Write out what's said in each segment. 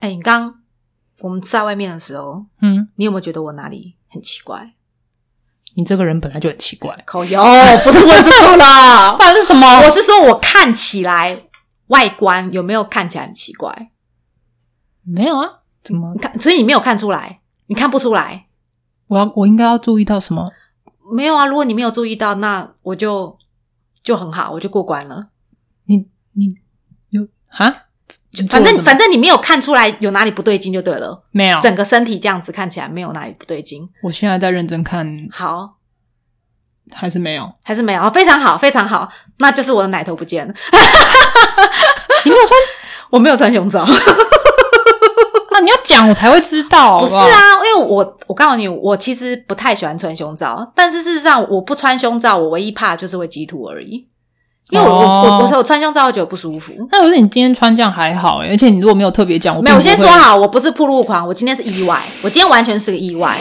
哎、你刚我们在外面的时候，嗯，你有没有觉得我哪里很奇怪？你这个人本来就很奇怪。口油不是问这个 啦，然是什么我是说我看起来外观有没有看起来很奇怪？没有啊？怎么你？看，所以你没有看出来，你看不出来，我要我应该要注意到什么？没有啊？如果你没有注意到，那我就就很好，我就过关了。你你有啊？你做反了正什么反正你没有看出来有哪里不对劲就对了，没有。整个身体这样子看起来没有哪里不对劲。我现在在认真看，好，还是没有？还是没有，哦非常好，非常好，那就是我的奶头不见了。 你没有穿？我没有穿胸罩，那啊你要讲我才会知道，不是好好？啊，因为我我告诉你，我其实不太喜欢穿胸罩，但是事实上我不穿胸罩，我唯一怕就是会激突而已。因为我、我哦我我我穿胸罩会觉得不舒服。那可是你今天穿这样还好欸，而且你如果没有特别讲，我没有，我先说啊，好，我不是铺路狂，我今天是意外，我今天完全是个意外。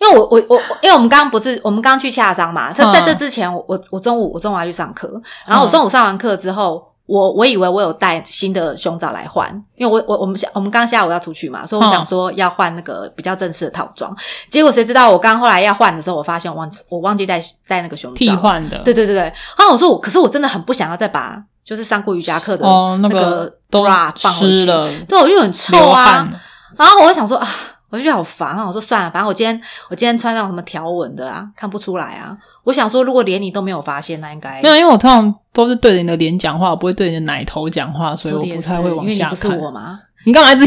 因为我我我，因为我们刚刚不是我们刚刚去洽商嘛，在嗯在这之前，我我中午我中午要去上课，然后我中午上完课之后，我我以为我有带新的胸罩来换，因为我我我们下我们刚下午要出去嘛，所以我嗯想说要换那个比较正式的套装，结果谁知道我刚后来要换的时候，我发现我忘记我忘记带带那个胸罩，替换的，对对对对，然后我说我，可是我真的很不想要再把就是上过瑜伽课的哦，那个都 bra 放回湿去，了，对，我就很臭流啊汗。，然后我就想说啊，我就觉得好烦啊。我说算了，反正我今天我今天穿那种什么条纹的啊，看不出来啊。我想说，如果连你都没有发现，那应该没有，因为我通常都是对着你的脸讲话，我不会对你的奶头讲话，所以说我的也不是，太会因往为你下不是看。我 嘛。啊你干嘛一直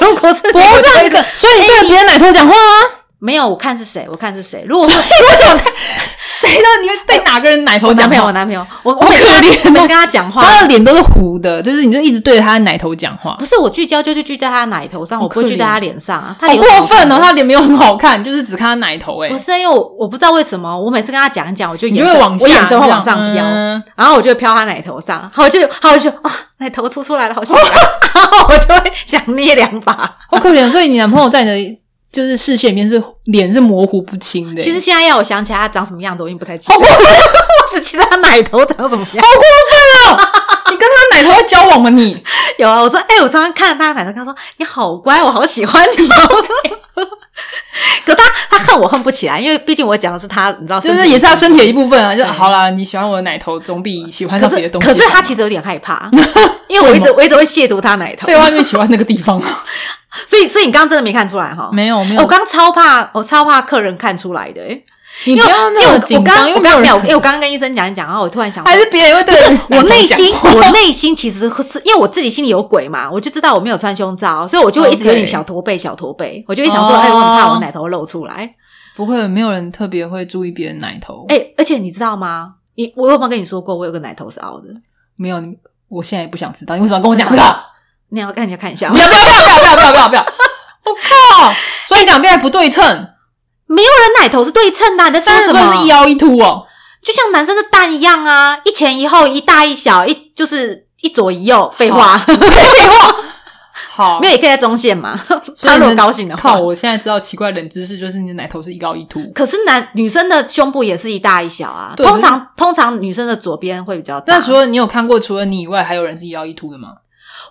如果是 不是你这个？所以你对着别人奶头讲话啊？没有，我看是谁，我看是谁。如果是谁的？你会对哪个人奶头我男讲朋友，我话？男朋友，我我好每次跟他可怜哦每次跟他讲话，他的脸都是糊的，就是你就一直对着他的奶头讲话不，是我聚焦就去聚在他的奶头上，好我不会可聚在怜他脸上啊。他好脸有什么过分好哦！看他脸没有很好看，就是只看他奶头，哎不，是因为我我不知道为什么，我每次跟他讲一讲，我就你眼就会神往下，我眼神会往上这飘，样嗯然后我就会飘他奶头上，然后我就然后我就啊、奶头凸出来了，好 想看，然后我就会想捏两把。好可怜。所以你男朋友在你的就是视线里面是脸是模糊不清的，其实欸现在要我想起来他长什么样子，我已经 不太记得了，我只记得他奶头长什么哦样。你跟他奶头在交往吗？你有啊，我说哎、我常常看他的奶头，跟他说你好乖，我好喜欢你哦。 可他他恨我恨不起来，因为毕竟我讲的是他，你知道， 就是也是他身体的一部分啊。就对好啦，你喜欢我的奶头，总比喜欢可上是别的东西好。可是他其实有点害 怕，因为我一直我一直会亵渎他奶头废，话，你喜欢那个地方啊吗？所以所以你刚刚真 的没看出来哈？没有没哎我，刚刚超怕，我超怕客人看出来的、欸，你不要因为那我么我紧刚张，因我为没有刚没有，人因为我刚刚跟医生讲一讲，然后我突然想到，还是别人会对着我内心讲话我内心其实是因为我自己心里有鬼嘛，我就知道我没有穿胸罩，所以我就会一直有点 OK 小驼背，小驼背，我就会想说，哦哎、我很怕我奶头露出来，不会没有人特别会注意别人奶头。哎、而且你知道吗？你我有没有跟你说过，我有个奶头是凹的？没有，你我现在也不想知道，你为什么要跟我讲这个？你要看你要看一下吗 不，要不要不要不要不要不要不要！ 我靠！ 所以两边还不对称，没有人奶头是对称的啊、你在说但是什所以么？是一凹一凸哦。就像男生的蛋一样啊，一前一后，一大一小，一就是一左一右。废话，好，没有也可以在中线嘛。所以他如果呢高兴的话靠！，啊我现在知道奇怪冷知识，就是你的奶头是一高一凸。可是男女生的胸部也是一大一小啊。对通常通常女生的左边会比较大。那除了你有看过，除了你以外，还有人是一凹一凸的吗？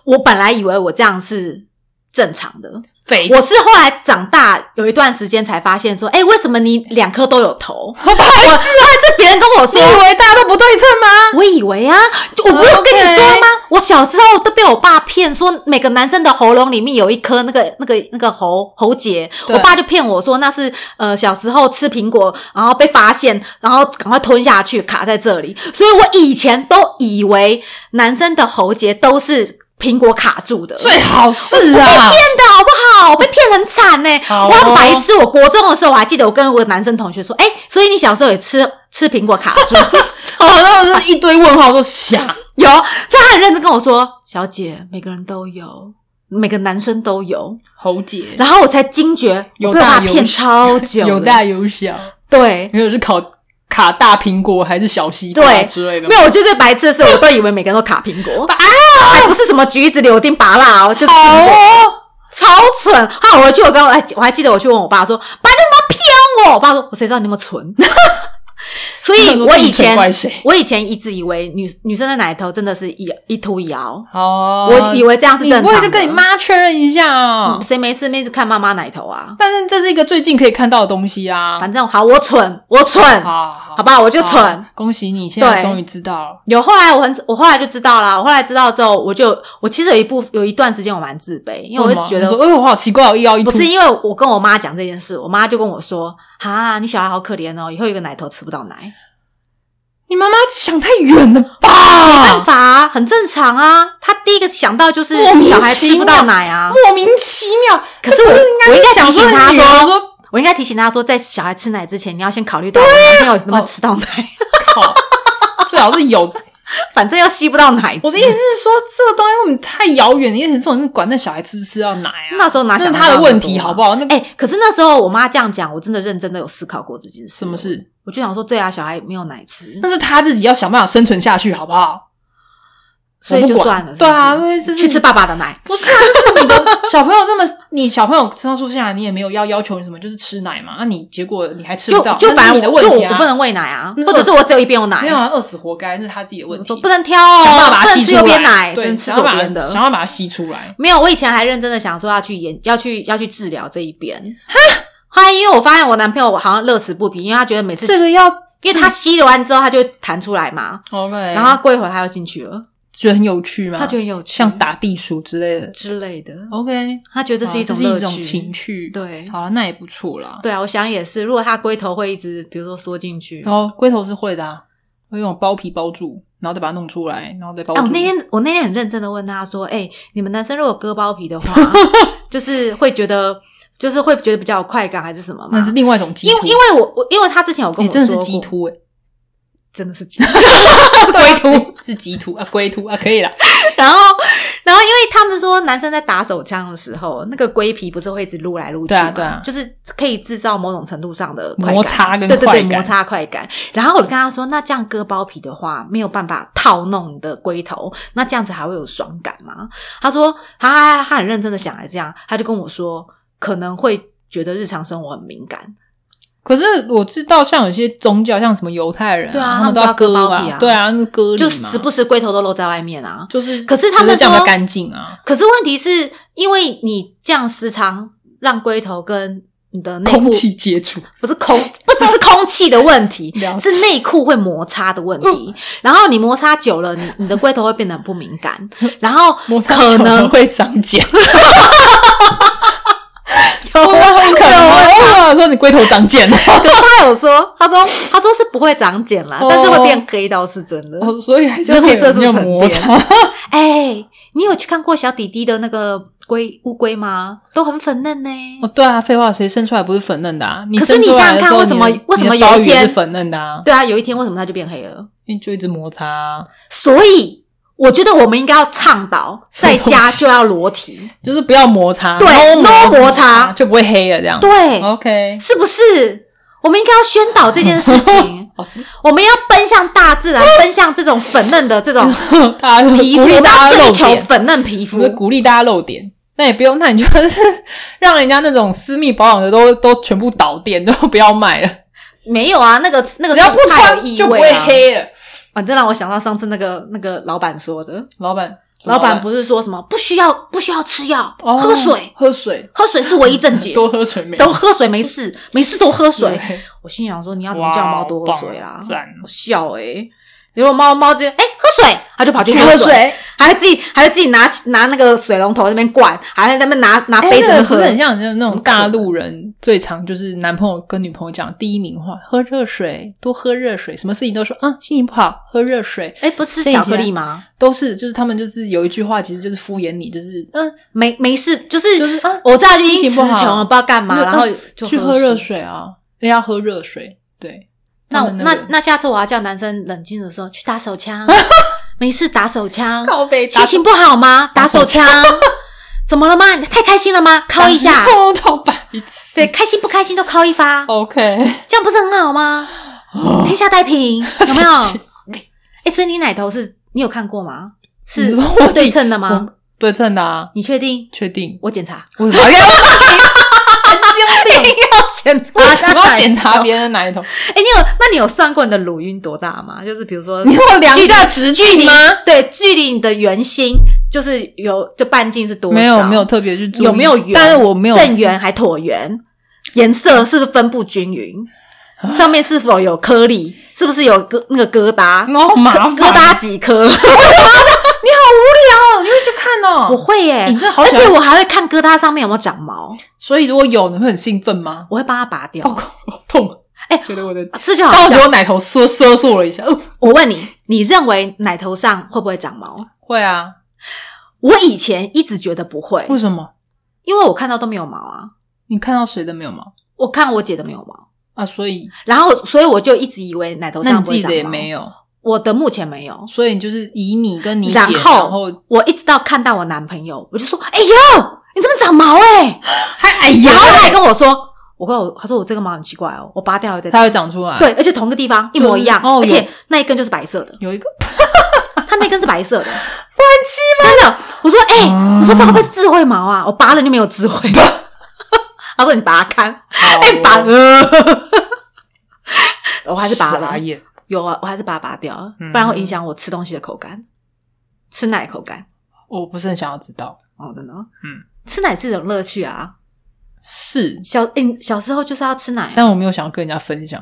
我本来以为我这样是正常的，肥我是后来长大有一段时间才发现说，哎、为什么你两颗都有头？我 不好意我思，啊 那是别人跟我你说，以为大家都不对称吗？ 我以为啊，就我不是有跟你说吗我小时候都被我爸骗，说每个男生的喉咙里面有一颗那个那个那个喉喉结，对我爸就骗我说那是呃小时候吃苹果，然后被发现，然后赶快吞下去卡在这里，所以我以前都以为男生的喉结都是苹果卡住的，最好是我被啊骗，的好不好？我被骗很惨呢、欸好哦我很白痴。我国中的时候，我还记得我跟我的男生同学说：“哎、所以你小时候也吃吃苹果卡住？” 好多人是一堆问号，都瞎。有，所以他很认真跟我说：“小姐，每个人都有，每个男生都有。喉结”然后我才惊觉，有我被我大爸有骗小超久了，有大有小，对。没有是烤卡大苹果还是小西瓜对之类的没。有，我觉得最白痴的是，我都以为每个人都卡苹 果，啊还不是什么橘子、柳丁、拔辣哦，就是好苹果哦，超蠢。后哎来我去，我跟我还我还记得我去问我爸说：“爸，你怎么骗我？”我爸说：“我谁知道你那么蠢？” 所以我以前怪谁？我以前一直以为女女生的奶头真的是一一凸一凹，哦，我以为这样是你正常不的。会去跟你妈确认一下哦嗯？谁没事没事看妈妈奶头啊？但是这是一个最近可以看到的东西啊。反正好，我蠢，我蠢，好好好吧，我就好蠢。恭喜你，现在对终于知道了。有后来我很我后来就知道啦，我后来知道之后，我就我其实有一部有一段时间我蛮自卑，因为我什就么觉你得说哎呦，我好奇怪哦，一摇一不凸是因为我跟我妈讲这件事，我妈就跟我说：“哈，你小孩好可怜哦，以后有个奶头吃不到奶，你妈妈想太远了没办吧？法、啊，很正常啊。”她第一个想到就是莫名小孩吃不到其妙奶啊。哎莫名其妙。可是这我不我应应该该想提醒她你女儿说，说，我应该提醒她说，在小孩吃奶之前，你要先考虑到我男朋友能不能哦吃到奶， 靠，最好是有。反正又吸不到奶汁。我的意思是说，这个东西我们太遥远，你很少人管那小孩吃不吃到奶啊。那时候哪那想是得到他的那问么题，多啊好不好？那哎、可是那时候我妈这样讲，我真的认真的有思考过这件事。什么？事？我就想说，对啊，小孩没有奶吃，那是他自己要想办法生存下去，好不好？所以我不就管算了。是对啊不是因为这是去你吃爸爸的奶。不是啊，这是你的 小朋友这么，你小朋友身上出现来，你也没有要要求你什么，就是吃奶嘛。那、你结果你还吃就不到，就那反是正你的问就题我啊，我不能喂奶啊，那或者是我只有一边有奶，没有啊，饿死活该，那是他自己的问我题。说不能挑哦，想办法把不它能吸吃出来，右边奶，只对，能吃想要左把边它的想。要把它吸出来。没有，我以前还认真的想说要去研，要去要去治疗这一边。后来因为我发现我男朋友好像乐此不疲，因为他觉得每次这个要，因为他吸了完之后，他就会弹出来嘛， OK，然后他过一会儿他又进去了，觉得很有趣吗？他觉得很有趣，啊像打地鼠之类的。之类的， OK，他觉得这是一种好这乐是一种趣情趣。，对好了，那也不错啦。对啊，我想也是，如果他龟头会一直，比如说缩进去。哦然后龟头是会的、啊，会用包皮包住，然后再把它弄出来，然后再包哎、住。我那天我那天很认真的问他说：“哎、你们男生如果割包皮的 话，就是会觉得，就是会觉得比较有快感，还是什么那吗是另外一种鸡因为突，因为我我因为哦他之前有跟你我说真过，的是鸡突哎、真的是鸡突。龟突是鸡突啊，龟突啊，可以啦。 然后然后因为他们说男生在打手枪的时候，那个龟皮不是会一直撸来撸去对啊吗对啊就是可以制造某种程度上 的快感摩擦跟对对快对感摩擦快感。然后我就跟他说，那这样割包皮的话，没有办法套弄你的龟头，那这样子还会有爽感吗？他说他他他很认真的想来这样，他就跟我说可能会。觉得日常生活很敏感，可是我知道，像有些宗教，像什么犹太人、对啊他他们们都都要要割割包皮啊啊，对啊，那割礼就嘛时不时龟头都露在外面啊。就是，可是他们觉得这样比较说干净啊，可是问题是因为你这样时常让龟头跟你的内空裤气接触，不是空， 不只是空气的问题了，解哦是内裤会摩擦的问题。然后你摩擦久了，你你的龟头会变得很不敏 感，然后摩擦可久了能会长茧。 有 啊我很可能我说你龟头长茧了， 可是他有说，他说他说是不会长茧啦，哦但是会变黑倒是真的。哦所以还是就会黑有色那素种沉摩擦。淀。 哎，你有去看过小弟弟的那个龟乌龟吗？都很粉嫩呢。哦，对啊，废话，谁生出来不是粉嫩的啊？你可是生你出来想想的看时候为什么你的为什么你的有一包也是天粉嫩的啊？对啊，有一天为什么它就变黑了？因为就一直摩擦啊，所以我觉得我们应该要倡导，什么在东西家就要裸体，就是不要摩擦，对，no ，no 摩擦就不会黑了这样。对， ，OK， 是不是？我们应该要宣导这件事 情好，我们要奔向大自然，奔向这种粉嫩的这 种大家就是皮鼓肤，励大要家露追求点，粉嫩皮我肤们。鼓励大家露点。那也不用，那你就是 让人家那种私密保养的都都全部倒店，都不要卖了，没有啊，那个那个只要不太有穿异就不味会啊。黑了。反正让我想到上次那个那个老板说的，老板，老板不是说什么不需要不需要吃药，啊哦喝水喝水，喝水是唯一正 解，多喝水没都事喝水没事，没事多喝水。对我心想说，你要怎么叫猫多喝水哇啦好？赞我笑诶、结果猫猫就哎、喝水，它就跑去去喝喝水，水。还自己还自己拿拿那个水龙头在那边灌，还在那边拿拿哎杯子在那那个边喝，不是很像就是那怎种么可能大陆人最常就是男朋友跟女朋友讲的第一名话，喝热水，多喝热水，什么事情都说嗯，心情不好喝热水，哎、不是吃巧克力吗？都是就是他们就是有一句话其实就是敷衍你，就是嗯，没没事，就是就是啊我知道已心经情词不好穷了，不知道干嘛，那然后嗯就去喝热。水啊，要喝热水，对。那他我们那个那下次我要叫男生冷静的时候去打手 枪，没事打手枪，靠背心情不好吗？打手枪， 怎么了吗？你太开心了吗？敲一下，碰到白痴，对，开心不开心都敲一发，哦，OK，这样不是很好吗？天下太平，有没有？神哎、所以你奶头是你有看过吗？ 是你 说我自对己称的吗？我对称的啊， 你确定？确定？我检查。为什么要？神经病要检 查为什么要检查别别人的奶 头？哎、你有那你有算过你的乳晕多大吗？就是比如说，你有量一下直距径离吗？对，距离你的圆心就是有就半径是多少？没有，没有，特别去注意，有没有圆？但是我没有正圆还椭圆，颜色是不是分布均匀？上面是否有颗粒？是不是有疙那个疙瘩？ 那好麻烦疙瘩几颗？无聊，你会去看我哦。会耶、你真的好而喜欢且我还会看疙瘩上面有没有长毛，所以如果有，你会很兴奋吗？我会帮它拔掉。哦，好痛！哎觉得我的，这就好到时像候奶头缩缩缩了一下。哦，我问你，你认为奶头上会不会长毛？会啊？我以前一直觉得不会，为什么？因为我看到都没有毛啊，你看到谁的没有吗？我看我姐的没有毛，啊，所以然后所以我就一直以为奶头那上你不自会己长毛，的也没有，我的目前没有。所以你就是以你跟你姐，然然后后我一直到看到我男朋友，我就说：“哎呦，你怎么长毛哎、还 哎然呀后，他还跟我说：“我跟我他说我这个毛很奇怪哦，我拔掉了再它会长出来。，对，而且同个地方一模一样，就是哦而有且那一根就是白色的，有一个他那根是白色的，不很奇吗？真的，我说哎、啊我说这会不会是智慧毛啊？我拔了就没有智 慧。他说你拔看，哎、哎拔，了，我还是拔了傻，眼有啊，我还是把它拔掉了，嗯不然会影响我吃东西的口感，吃奶口感。我不是很想要知道。哦，真的，嗯，吃奶是一种乐趣啊。是，小诶、你小时候就是要吃奶啊、但我没有想要跟人家分享。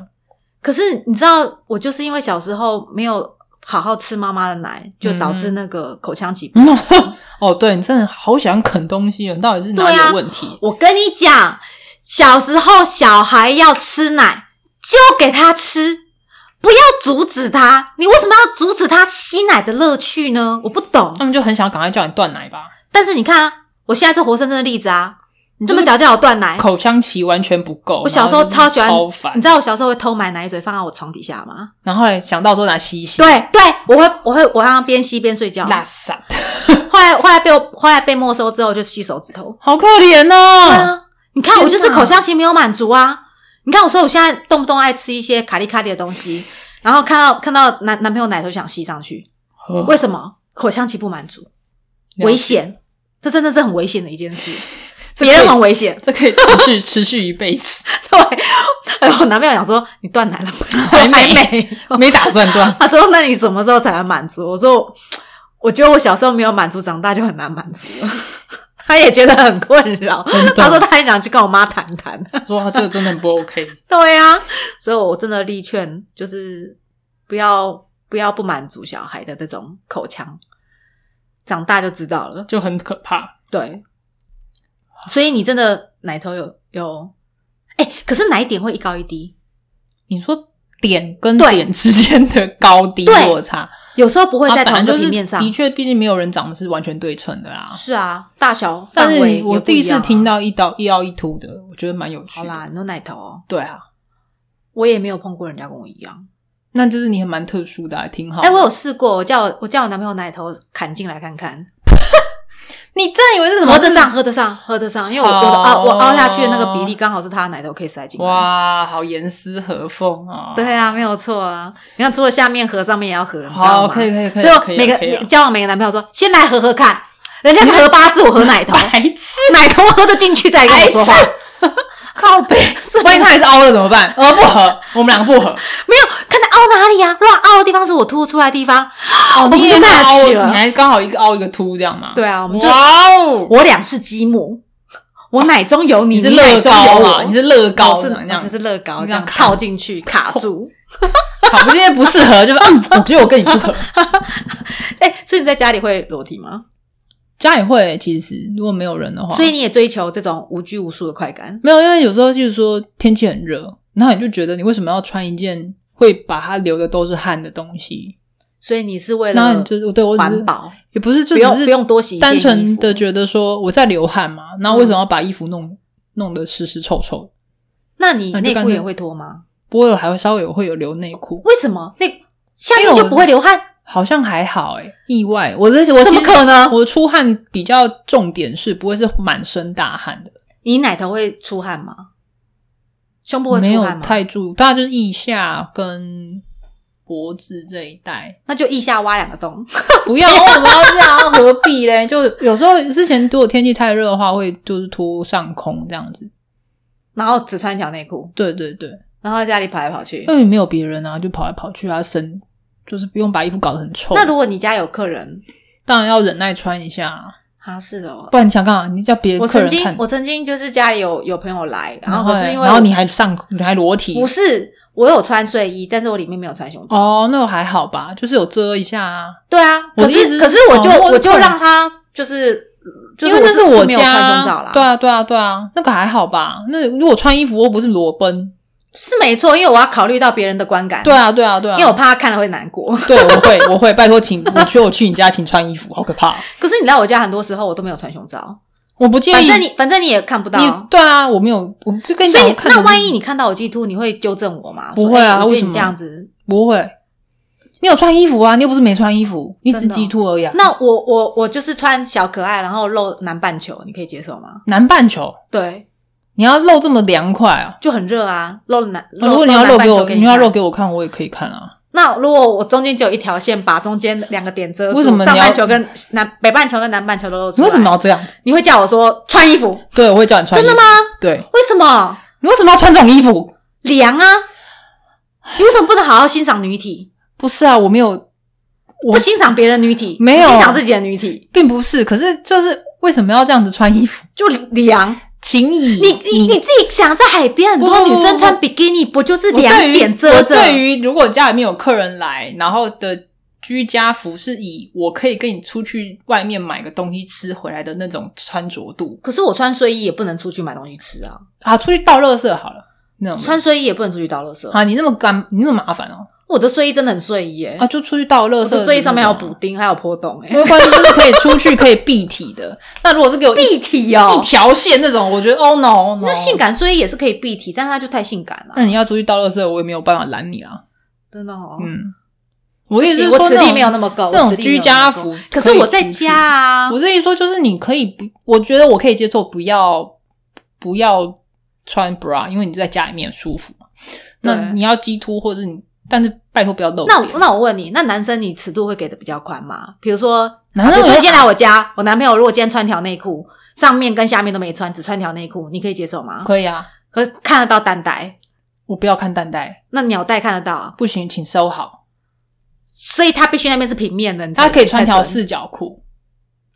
可是你知道，我就是因为小时候没有好好吃妈妈的奶，就导致那个口腔疾病。嗯， 哦，对你真的好喜欢啃东西哦，你到底是哪里对啊有问题？我跟你讲，小时候小孩要吃奶，就给他吃，不要阻止他。你为什么要阻止他吸奶的乐趣呢？我不懂。他们就很想赶快叫你断奶吧，但是你看啊，我现在就活生生的例子啊，你这就是么早就要我断奶。口腔期完全不够。哎我小时候然后超就是喜欢超，烦，你知道我小时候会偷买奶嘴放在我床底下吗？然后后来想到之后拿吸一吸，，对啊对，我会我会我让它边吸边睡觉。拉撒，后来后来被我后来被没收之后就吸手指头。好可怜对哦。啊，你看我就是天哪口腔期没有满足啊！你看我说我现在动不动爱吃一些卡利卡利的东 西，然后看到看到男男朋友奶头想吸上去，呃为什么？口腔期不满足，解危险，这真的是很危险的一件事， 这别人可以很危险。 这可以持续 持续一辈子，对，哎呦，我男朋友想说你断奶了吗？ 还 没还没有没打算断。他说：“那你什么时候才能满足？”我说：“我觉得我小时候没有满足，长大就很难满足了。” 他也觉得很困扰，的他说他很想去跟我妈谈谈。说这个真的很不 OK， 对啊呀、所以我真的力劝，就是不要不要不满足小孩的这种口腔，长大就知道了。就很可怕。对，所以你真的奶头有有，哎、可是奶点会一高一低，你说点跟对点之间的高低对落差，有时候不会它在啊本同一个来就平是面上。的确，毕竟没有人长得是完全对称的啦。是啊，大小范但围是也我不第一样次啊听到一刀一凹一凸的，我觉得蛮有趣好的。啦，你说奶头、哦，对啊，我也没有碰过人家跟我一样。那就是你还蛮特殊的、啊，挺好。哎、我有，试过，我叫我我叫我男朋友奶头砍进来看看，你真的以为是什么？哦合得上，合得上，合得上，因为我我的凹我凹下去的那个比例刚好是他的奶头可以塞进来。！哇，好严丝合缝啊！对啊，没有错啊。你看，除了下面合，上面也要合，你知道好，吗？可以可以可以，所可以以每个可以啊交往每个男朋友说，先来合合看，人家是合八字，我合 奶头，白痴，奶头合得进去再跟我说话。 靠 背，万一他也是凹的怎么办？哦呃，不合，我们两个不合。没有，看他凹哪里呀、乱凹的地方是我凸出来的地方。哦我们你也就没有 match 凹，了你还刚好一个凹一个凸这样嘛？对啊，我们就哇哦，我俩是积木，我奶中有你，你你是奶乐中有高我嘛？你是乐高哦是这样哦是子，乐高，这这样样套进 去卡住。好，不是因为不适合，就是嗯，我觉得我跟你不合。 哎、所以你在家里会裸体吗？家也会，其实如果没有人的话，所以你也追求这种无拘无束的快感？没有，因为有时候就是说天气很热，然后你就觉得你为什么要穿一件会把它流的都是汗的东西？所以你是为那了你就是对我只是环保，也不是就不只用是不用多洗一件单纯衣的服嗯觉得说我在流汗嘛，那为什么要把衣服弄弄得湿湿臭臭的？那你那就内干裤脆也会脱吗？不过我还会稍微有会有流内裤，为什么那下因面为我就不会流汗？好像还好诶、意外。我这我怎么其实可能我出汗比较重点是不会是满身大汗的，你奶头会出汗吗？胸部会没出有汗吗？太注，大概就是腋下跟脖子这一带。那就腋下挖两个洞。 不要，为什么要这样？何必 嘞？就有时候之前如果天气太热的话，会就是脱上空这样子。然后只穿一条内裤，对对对，然后在家里跑来跑去。因为没有别人啊，就跑来跑去啊，省就是不用把衣服搞得很臭。那如果你家有客人，当然要忍耐穿一下啊，啊，是哦不。然你想干嘛？你叫别我人客曾人经看，我曾经就是家里有有朋友来，然后后可是嘞因为然后你还上你还裸体不，是我有穿睡衣，但是我里面没有穿胸罩。哦，那还好吧，就是有遮一下啊。对啊，我可的意思是是可是我就哦我就我懂让他就是就是因为那是我就没有家穿胸罩啦，对啊，对啊，对啊，那个还好吧。那如果穿衣服，又不是裸奔。是没错，因为我要考虑到别人的观感，对，啊，对啊，对啊。哎因为我怕他看了会难过。 对，我会，我会，拜托，请我去，我去你家，请穿衣服，好可怕。可是你来我家很多时候我都没有穿胸罩，我不介意。反正你反正你也看不到，你对啊，我没有，我就跟你所讲，以我看那着万一你看到我 G two，你会纠正我吗？不说会啊哎我觉为得什你么这样子。不会，你有穿衣服啊，你又不是没穿衣服，你只是真的哦鸡兔而已、啊。那我我我就是穿小可爱，然后露南半球，你可以接受吗？南半球，对，你要露这么凉快啊？就很热啊，露南。啊如果你要露露南半给球我，给你要看露给我看，我也可以看啊。那如果我中间只有一条线，把中间两个点遮住，为什么你上半要球跟南北半球跟南半球都露出你来？为什么要这样子？你会叫我说穿衣服？对，我会叫你穿。真的吗？？对，为什么你为什么要穿这种衣服？凉啊？你为什么不能好好欣赏女体？不是啊，我没有，我不欣赏别人女体，没有只欣赏自己的女体，并不是。可是就是为什么要这样子穿衣服？就凉。请以你你你自己想，在海边很多不不女不生穿比基尼，不就是两点遮哦我着？对于如果家里面有客人来，然后的居家服是以我可以跟你出去外面买个东西吃回来的那种穿着度可是我穿睡衣也不能出去买东西吃啊，啊，出去倒垃圾好了那种。穿睡衣也不能出去倒垃圾。啊，你那么干，你那么麻烦哦我的睡衣真的很睡衣耶、啊，就出去倒垃我圾的那种的啊，睡衣上面还有补丁，还有破洞哎、没有关系，就是可以出去可以蔽体 的。那如果是给我一蔽体哦一条线那种，我觉得哦嗯 no no，那性感睡衣也是可以蔽体，但是它就太性感了，那你要出去倒垃圾，我也没有办法拦你啦。真的哦。嗯，我的意思是行说我实那力种没有那么够，那种我实力没有居家那么够服可可是以我在出去家啊，我这一说就是你可以不，我觉得我可以接受不要不要穿 bra，因为你在家里面舒服嘛。那对你要鸡突或者你，但是拜托不要露那脸。我那我问你，那男生你尺度会给的比较宽吗？比如说，男生比如说啊我今天来我家，我男朋友如果今天穿条内裤，上面跟下面都没穿，只穿条内裤，你可以接受吗？可以啊，可是看得到蛋带，我不要看蛋带，那鸟带看得到啊，不行，请收好。所以他必须那边是平面的，你才他可以穿条才准四角裤，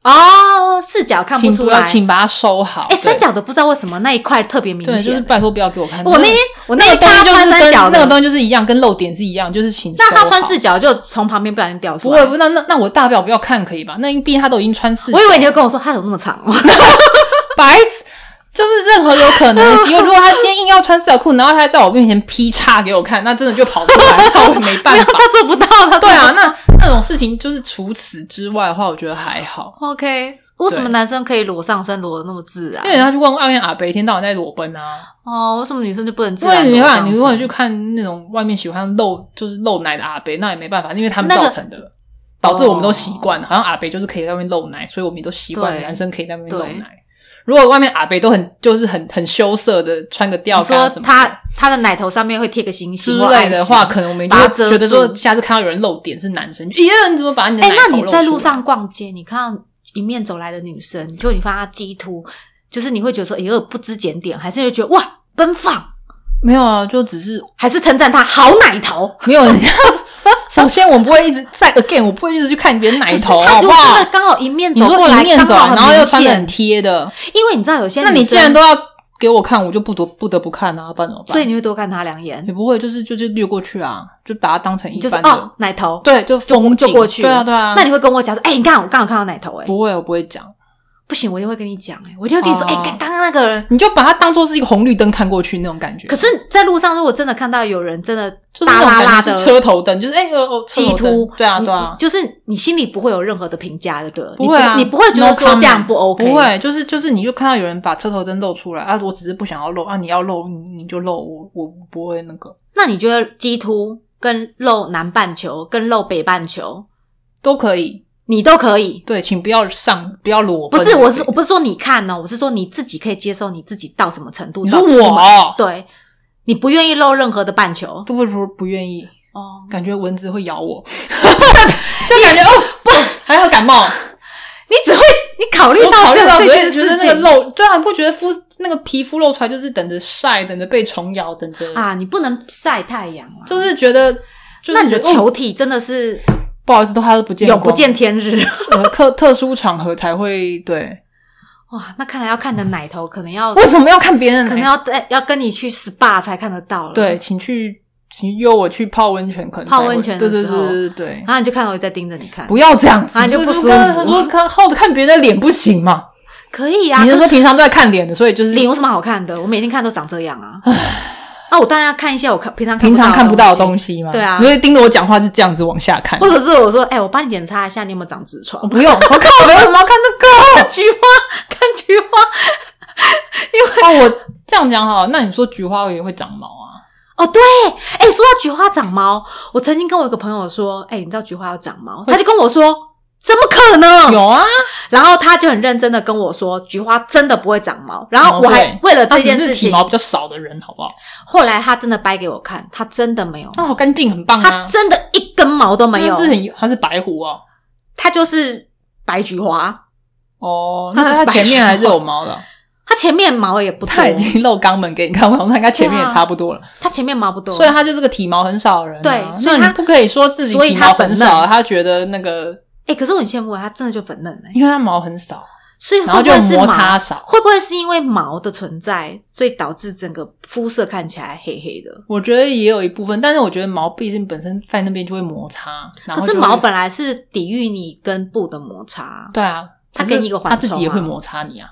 哦，四角看不请出不来要，。请把它收好。哎，三对角的不知道为什么那一块特别明对，就是显。拜托不要给我看。我那天我那个天看他东西就穿是三跟角的，那个东西就是一样，跟露点是一样，就是请收好。那他穿四角就从旁边不小心掉不出来会，。不那那那我大不了不要看可以吧？那毕竟他都已经穿四角我了，以为你会跟我说他怎么那么长哦，白痴，就是任何有可 能的机会。如果他今天硬要穿四角裤，然后他还在我面前劈叉给我看，那真的就跑出来，那我也没 办法。他做不到，他对啊，那那种事情就是除此之外的话，我觉得还好。 OK，为什么对男生可以裸上身裸的那么自然因？为他去问外面阿北，一天到晚在裸奔啊。哦，为什么女生就不能自因然裸为上身？你看，你如果你去看那种外面喜欢露就是露奶的阿北，那也没办法，因为他们那个造成的，导致我们都习惯。好像阿北就是可以在外面露奶，所以我们也都习惯对男生可以在外面露对奶。如果外面阿北都很就是很很羞涩的穿个吊你说杆什么的，他他的奶头上面会贴个星星之或类的爱心话，可能我们就把会它遮觉得说，住下次看到有人露点是男生，就耶，你怎么把你的哎、奶头那你露在出路来上逛街，你看到迎面走来的女生，就你发现她鸡突，就是你会觉得说，哎呦不知检点，还是会觉得哇奔放，没有啊？就只是还是称赞她好奶头？没 有人家。首先，我不会一直再 again，我不会一直去看别人奶头，可是她好如不果好真的？刚好迎面你走说过来，迎面走刚啊，好然后又穿的明很显贴的，因为你知道有些那你女既生然都要给我看，我就不得不得不看啊，不然怎么办？所以你会多看她两眼，也不会就是就是略过去啊，就把它当成你一就是般的，哦奶头，对，就就风景就过去了对啊对啊。那你会跟我讲说，哎、你看我刚好看到奶头、哎，不会，我不会讲，不行，我一定会跟你讲，哎，我一定会跟你说，哦哎、刚刚刚那个人。你就把它当做是一个红绿灯看过去那种感觉。可是，在路上如果真的看到有人真的就是大那种拉拉感觉的是车头灯，就是哎哦哦，车鸡头灯突，对啊你对啊，就是你心里不会有任何的评价，对不对？不会啊，你不会觉得 no 说 comment 这样不 OK，不会，就是就是，你就看到有人把车头灯露出来啊，我只是不想要露啊，你要露你你就露，我我不会那个那你觉得鸡突跟露南半球跟露北半球，都可以，你都可以？对，请不要上不要裸不奔，是，我是我不是说你看哦，我是说你自己可以接受你自己到什么程度。你说到出门我哦对，你不愿意露任何的半球都不不不愿意，哦。 感觉蚊子会咬我，就感觉哦不还有感冒，你只会你考虑我到考虑这到，这所以件觉得事那个情露，就很不觉得肤那个皮肤露出来就是等着晒，等着被虫咬，等着，啊，你不能晒太阳啊。就是觉得，就是那你的觉得哦球体真的是不好意思，都还是不见永不光见天日呃特特殊场合才会对。 哇！那看来要看你的奶头，可能要为什么要看别人的可奶？能要带要跟你去 SPA 才看得到了。对，，请去，请约我去泡温泉，可能才泡温会泉的对对时对候对对对然，后你就看到我在盯着你看，不要这样子，啊你就不舒服刚刚他说看靠着看别人的脸不行嘛？可以啊。你是可说平常都在看脸的，所以就是脸有什么好看的？我每天看都长这样 啊。啊，我当然要看一些我看平常平常看不到的西，东西嘛？对啊所以盯着我讲话是这样子往下看或。者是我说，哎、我帮你检查一下你有没有长痔疮我。不用，我靠，我为什么要看这个？ 菊花，看菊花哦，我这样讲好，那你说菊花也会长毛啊？哦，对，哎、说到菊花长毛，我曾经跟我一个朋友说，哎、你知道菊花要长毛，他就跟我说，怎么可能？有啊，然后他就很认真的跟我说，菊花真的不会长毛。然后哦我还对为了他这只件是事体情，毛比较少的人，好不好？后来他真的掰给我看，他真的没有，哦那好干净，很棒他啊。真的一根毛都没有那，嗯是很，它是白狐哦。他就是白菊花，哦，它那是它白前菊面还是有花毛 的。他前面毛也不多他，已经露肛门给你看，我想说他应该前面也差不多了，他前面毛不多， 所以他就是个体毛很少的人、啊。对所以那他你不可以说自己所以体他毛粉很嫩少啊，他觉得那个，哎、可是我很羡慕他，真的就粉嫩哎、因为他毛很少，所以嗯然后会不就会是摩毛？擦少。会不会是因为毛的存在，所以导致整个肤色看起来黑黑的？我觉得也有一部分，但是我觉得毛毕竟本身在那边就会摩擦，然可后是就会毛本来是抵御你跟布的摩擦，对啊，它可是给你一个缓他自冲己也啊会摩擦你啊，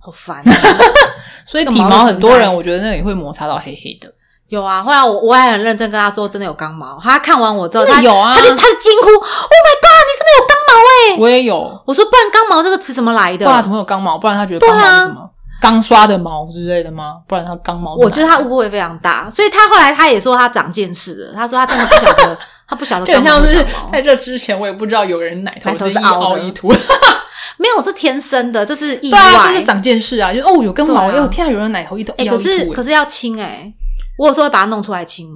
好烦、啊。 所以这个体毛的毛存很多在人，我觉得那也会摩擦到黑黑的。有啊，后来我我也很认真跟他说，真的有刚毛。他看完我之后，真的他有啊他就他就惊呼：“Oh my god，你真的有刚毛哎、我也有，我说：“不然刚毛这个词怎么来的不？”然怎么会有刚毛？不然他觉得刚毛是什么？啊刚刷的毛之类的吗？不然他刚毛是哪来的，我觉得他误会非常大，所以他后来他也说他长见识了，他说他真的不晓 得，他不晓得就很刚毛像会是长毛在这之前，我也不知道有人奶头奶头是是一凹凹的一凸。没有这天生的，这是意 对外。啊，就是长见识啊，就哦有根毛，对啊哎、天啊，有人奶头一头哎、一凹可一凸、是哎可是要清哎、我有时候会把它弄出来清，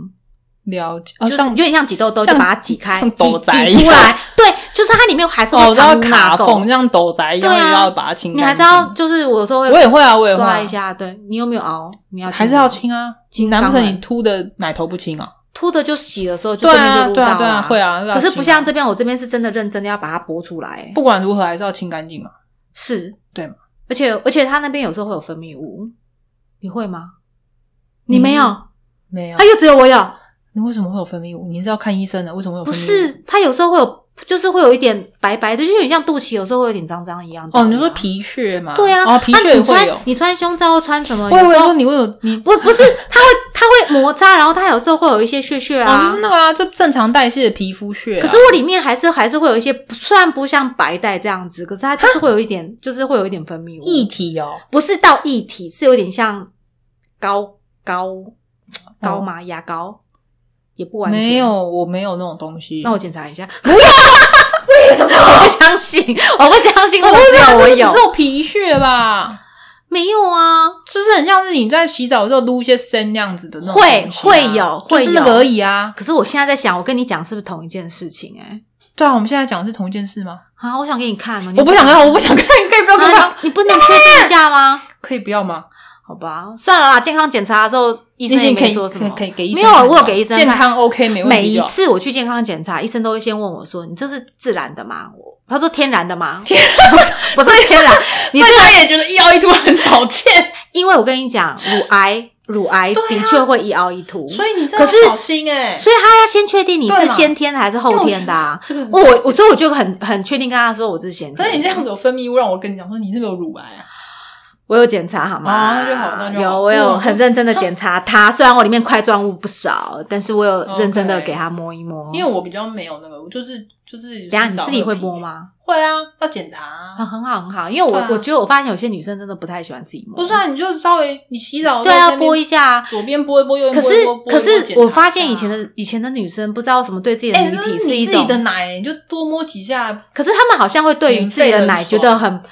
了解，哦就是像有点像挤痘痘，就像把它挤开，像挤斗宅挤一出样来。对，就是它里面还是哦，会我知道藏污卡纳缝，垢。像斗宅一样，对啊又要把它清干净。你还是要，就是我有时候会我也会啊，我也会、抓啊一，下。对你有没有熬？你要还是吗要清啊。清难不肛成你门秃的奶头不清啊？秃的就洗的时候就对这边啊，就撸对到啊，对啊，会啊。啊。又要可是清不啊像这边，我这边是真的认真的要把它拨出来、欸不管如何还是要清干净嘛。是，对嘛？而且而且它那边有时候会有分泌物，你会吗？你没有，嗯没有它，就只有我有。你为什么会有分泌物？你是要看医生的？为什么会有不分泌物？是，它有时候会有，就是会有一点白白的，就有点像肚脐，有时候会有点脏脏一样的。啊哦，你就说？皮屑嘛？对啊，哦，皮屑啊也你会穿有。你穿胸罩或穿什么？我以有为时候说你为什么你不不是，它会它会摩擦，然后它有时候会有一些屑屑哦，啊。就是那个啊，就正常代谢的皮肤屑、啊。可是我里面还是还是会有一些，虽然不像白带这样子，可是它就是会有一点，就是会有一点分泌物，液体哦，不是到液体，是有点像膏膏膏吗？牙膏也不完全哦没有，。我没有那种东西。哦那我检查 一下。为什么？我不相信，我不相信，我不知知道道，我就是有只，有皮屑吧，没有啊？就是很像是你在洗澡的时候撸一些深那样子的那种东西啊、会会有会有就是那个而已啊。可是我现在在想，我跟你讲是不是同一件事情、欸？对啊，我们现在讲的是同一件事吗？啊，我想给你看哦，你我不想啊看，我不想看，你可以不要跟我啊讲，你不能确定一下 吗？可以不要吗？好吧，算了啦，健康检查之后， 医生也你可没以说可什以么。可以给医生没有啊看啊我有给医生健看康 OK 没问每题哦一就好。次我去健康检查，医生都会先问我说：“你这是自然的吗？”我他说：“天然的 吗？”天 不是天然，你所以他也觉得一凹一凸很少见，因为我跟你讲，乳癌乳癌对啊的确会一凹一凸，所以你真可的是小心哎、所以他要先确定你对是嘛先天的还是后天的啊。这个 我我所以我就很很确定跟他说我是先天的。但是你这样子有分泌物，让我跟你讲说你是不是有乳癌啊？我有检查好吗？哦那就好那就好有，我有嗯很认真的检 查它，虽然我里面块状物不少，但是我有 OK 认真的给它摸一摸。因为我比较没有那个，我就是就是。等一下你自己会摸？吗？会啊，要检查啊。啊，很好很好，因为我、对啊我觉得我发现有些女生真的不太喜欢自己摸，不是啊，你就稍微你洗澡的对时候啊，在那边拨一下啊。左边拨一拨，右可边拨是一拨。拨一拨可是检查我一下啊发现以前的以前的女生不知道什么对自己的哎，女那体是是你一自己种，的奶，你就多摸几下，可是她们好像会对于自己的奶免觉费的得很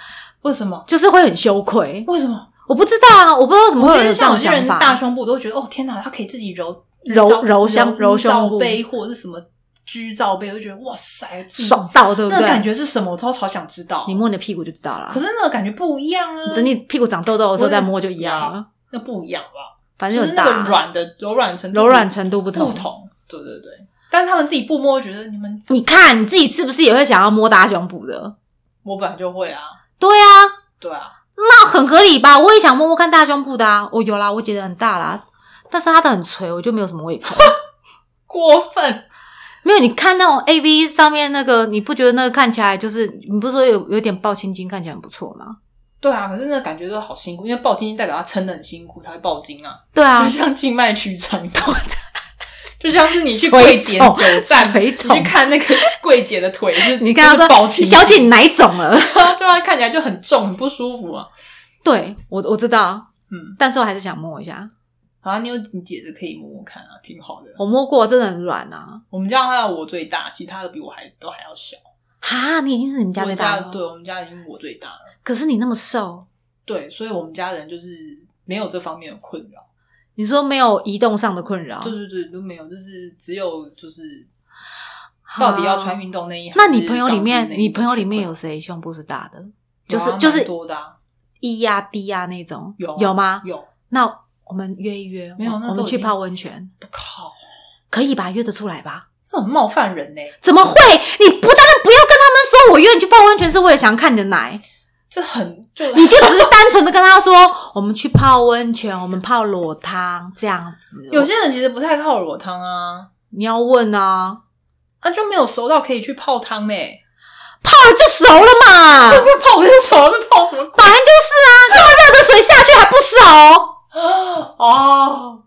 为什么？就是会很羞愧，为什么？我不知道啊，我不知道为什么我会其有实这像种有些想人大法。胸部，我都会觉得哦天哪，他可以自己揉揉依照揉胸揉揉依照胸部杯或者是什么 G 罩杯，我就觉得哇塞，自己爽到对不那对？个感觉是什么？我超超想知道你。摸你的屁股就知道了。可是那个感觉不一样啊，等你屁股长痘痘的时候我也再摸就一样了，那不一样吧？反正就就是很那大啊个软的柔软程度柔软程度不同。不同，对对对。但是他们自己不摸，觉得你们你看你自己是不是也会想要摸大家胸部的？我本来就会啊，对啊，对啊，那很合理吧？我也想摸摸看大胸部的啊。哦，有啦，我姐的很大啦，但是她的很垂，我就没有什么胃口。 过分。没有，你看那种 A V 上面那个，你不觉得那个看起来就是你不是说有有点抱青筋看起来很不错吗？对啊，可是那感觉都好辛苦，因为爆筋代表他撑的很辛苦才会爆筋啊，对啊就，像静脉 曲张，就像是你去柜水姐肿久站，水你肿去看那个柜姐的腿是，你看就她是爆说筋，小姐你哪一种了？ 对啊，看起来就很重，很不舒服啊。对我我知道，嗯，但是我还是想摸一下。好啊像你有你姐的可以摸摸看啊，挺好的。我摸过，真的很软啊！我们家的话我最大，其他的比我还都还要小。哈，你已经是你们家我最们大家了，对，我们家已经我最大了。可是你那么瘦，对，所以我们家人就是没有这方面的困扰。你说没有移动上的困扰，对对对，都没有，就是只有就是到底要穿运动内衣还是啊那钢丝内你朋衣的困友扰？里面，你朋友里面有谁胸部是大的？就有啊是就是蛮多的啊 E 呀、D 呀、那种，有啊有吗？有？那我们约一约，没有我那我都们已去经泡温泉，我靠，可以吧？约得出来吧？这很冒犯人呢、怎么会？你不当然不要跟他们说我约你去泡温泉是为了想看你的奶，这很就你就只是单纯的跟他说我们去泡温泉，我们泡裸汤这样子。哦有些人其实不太靠裸汤啊，你要问啊，啊就没有熟到可以去泡汤呢、欸。泡了就熟了嘛，不是 泡我就熟了，这泡什么鬼本来就是啊，热热的水下去还不熟。哦，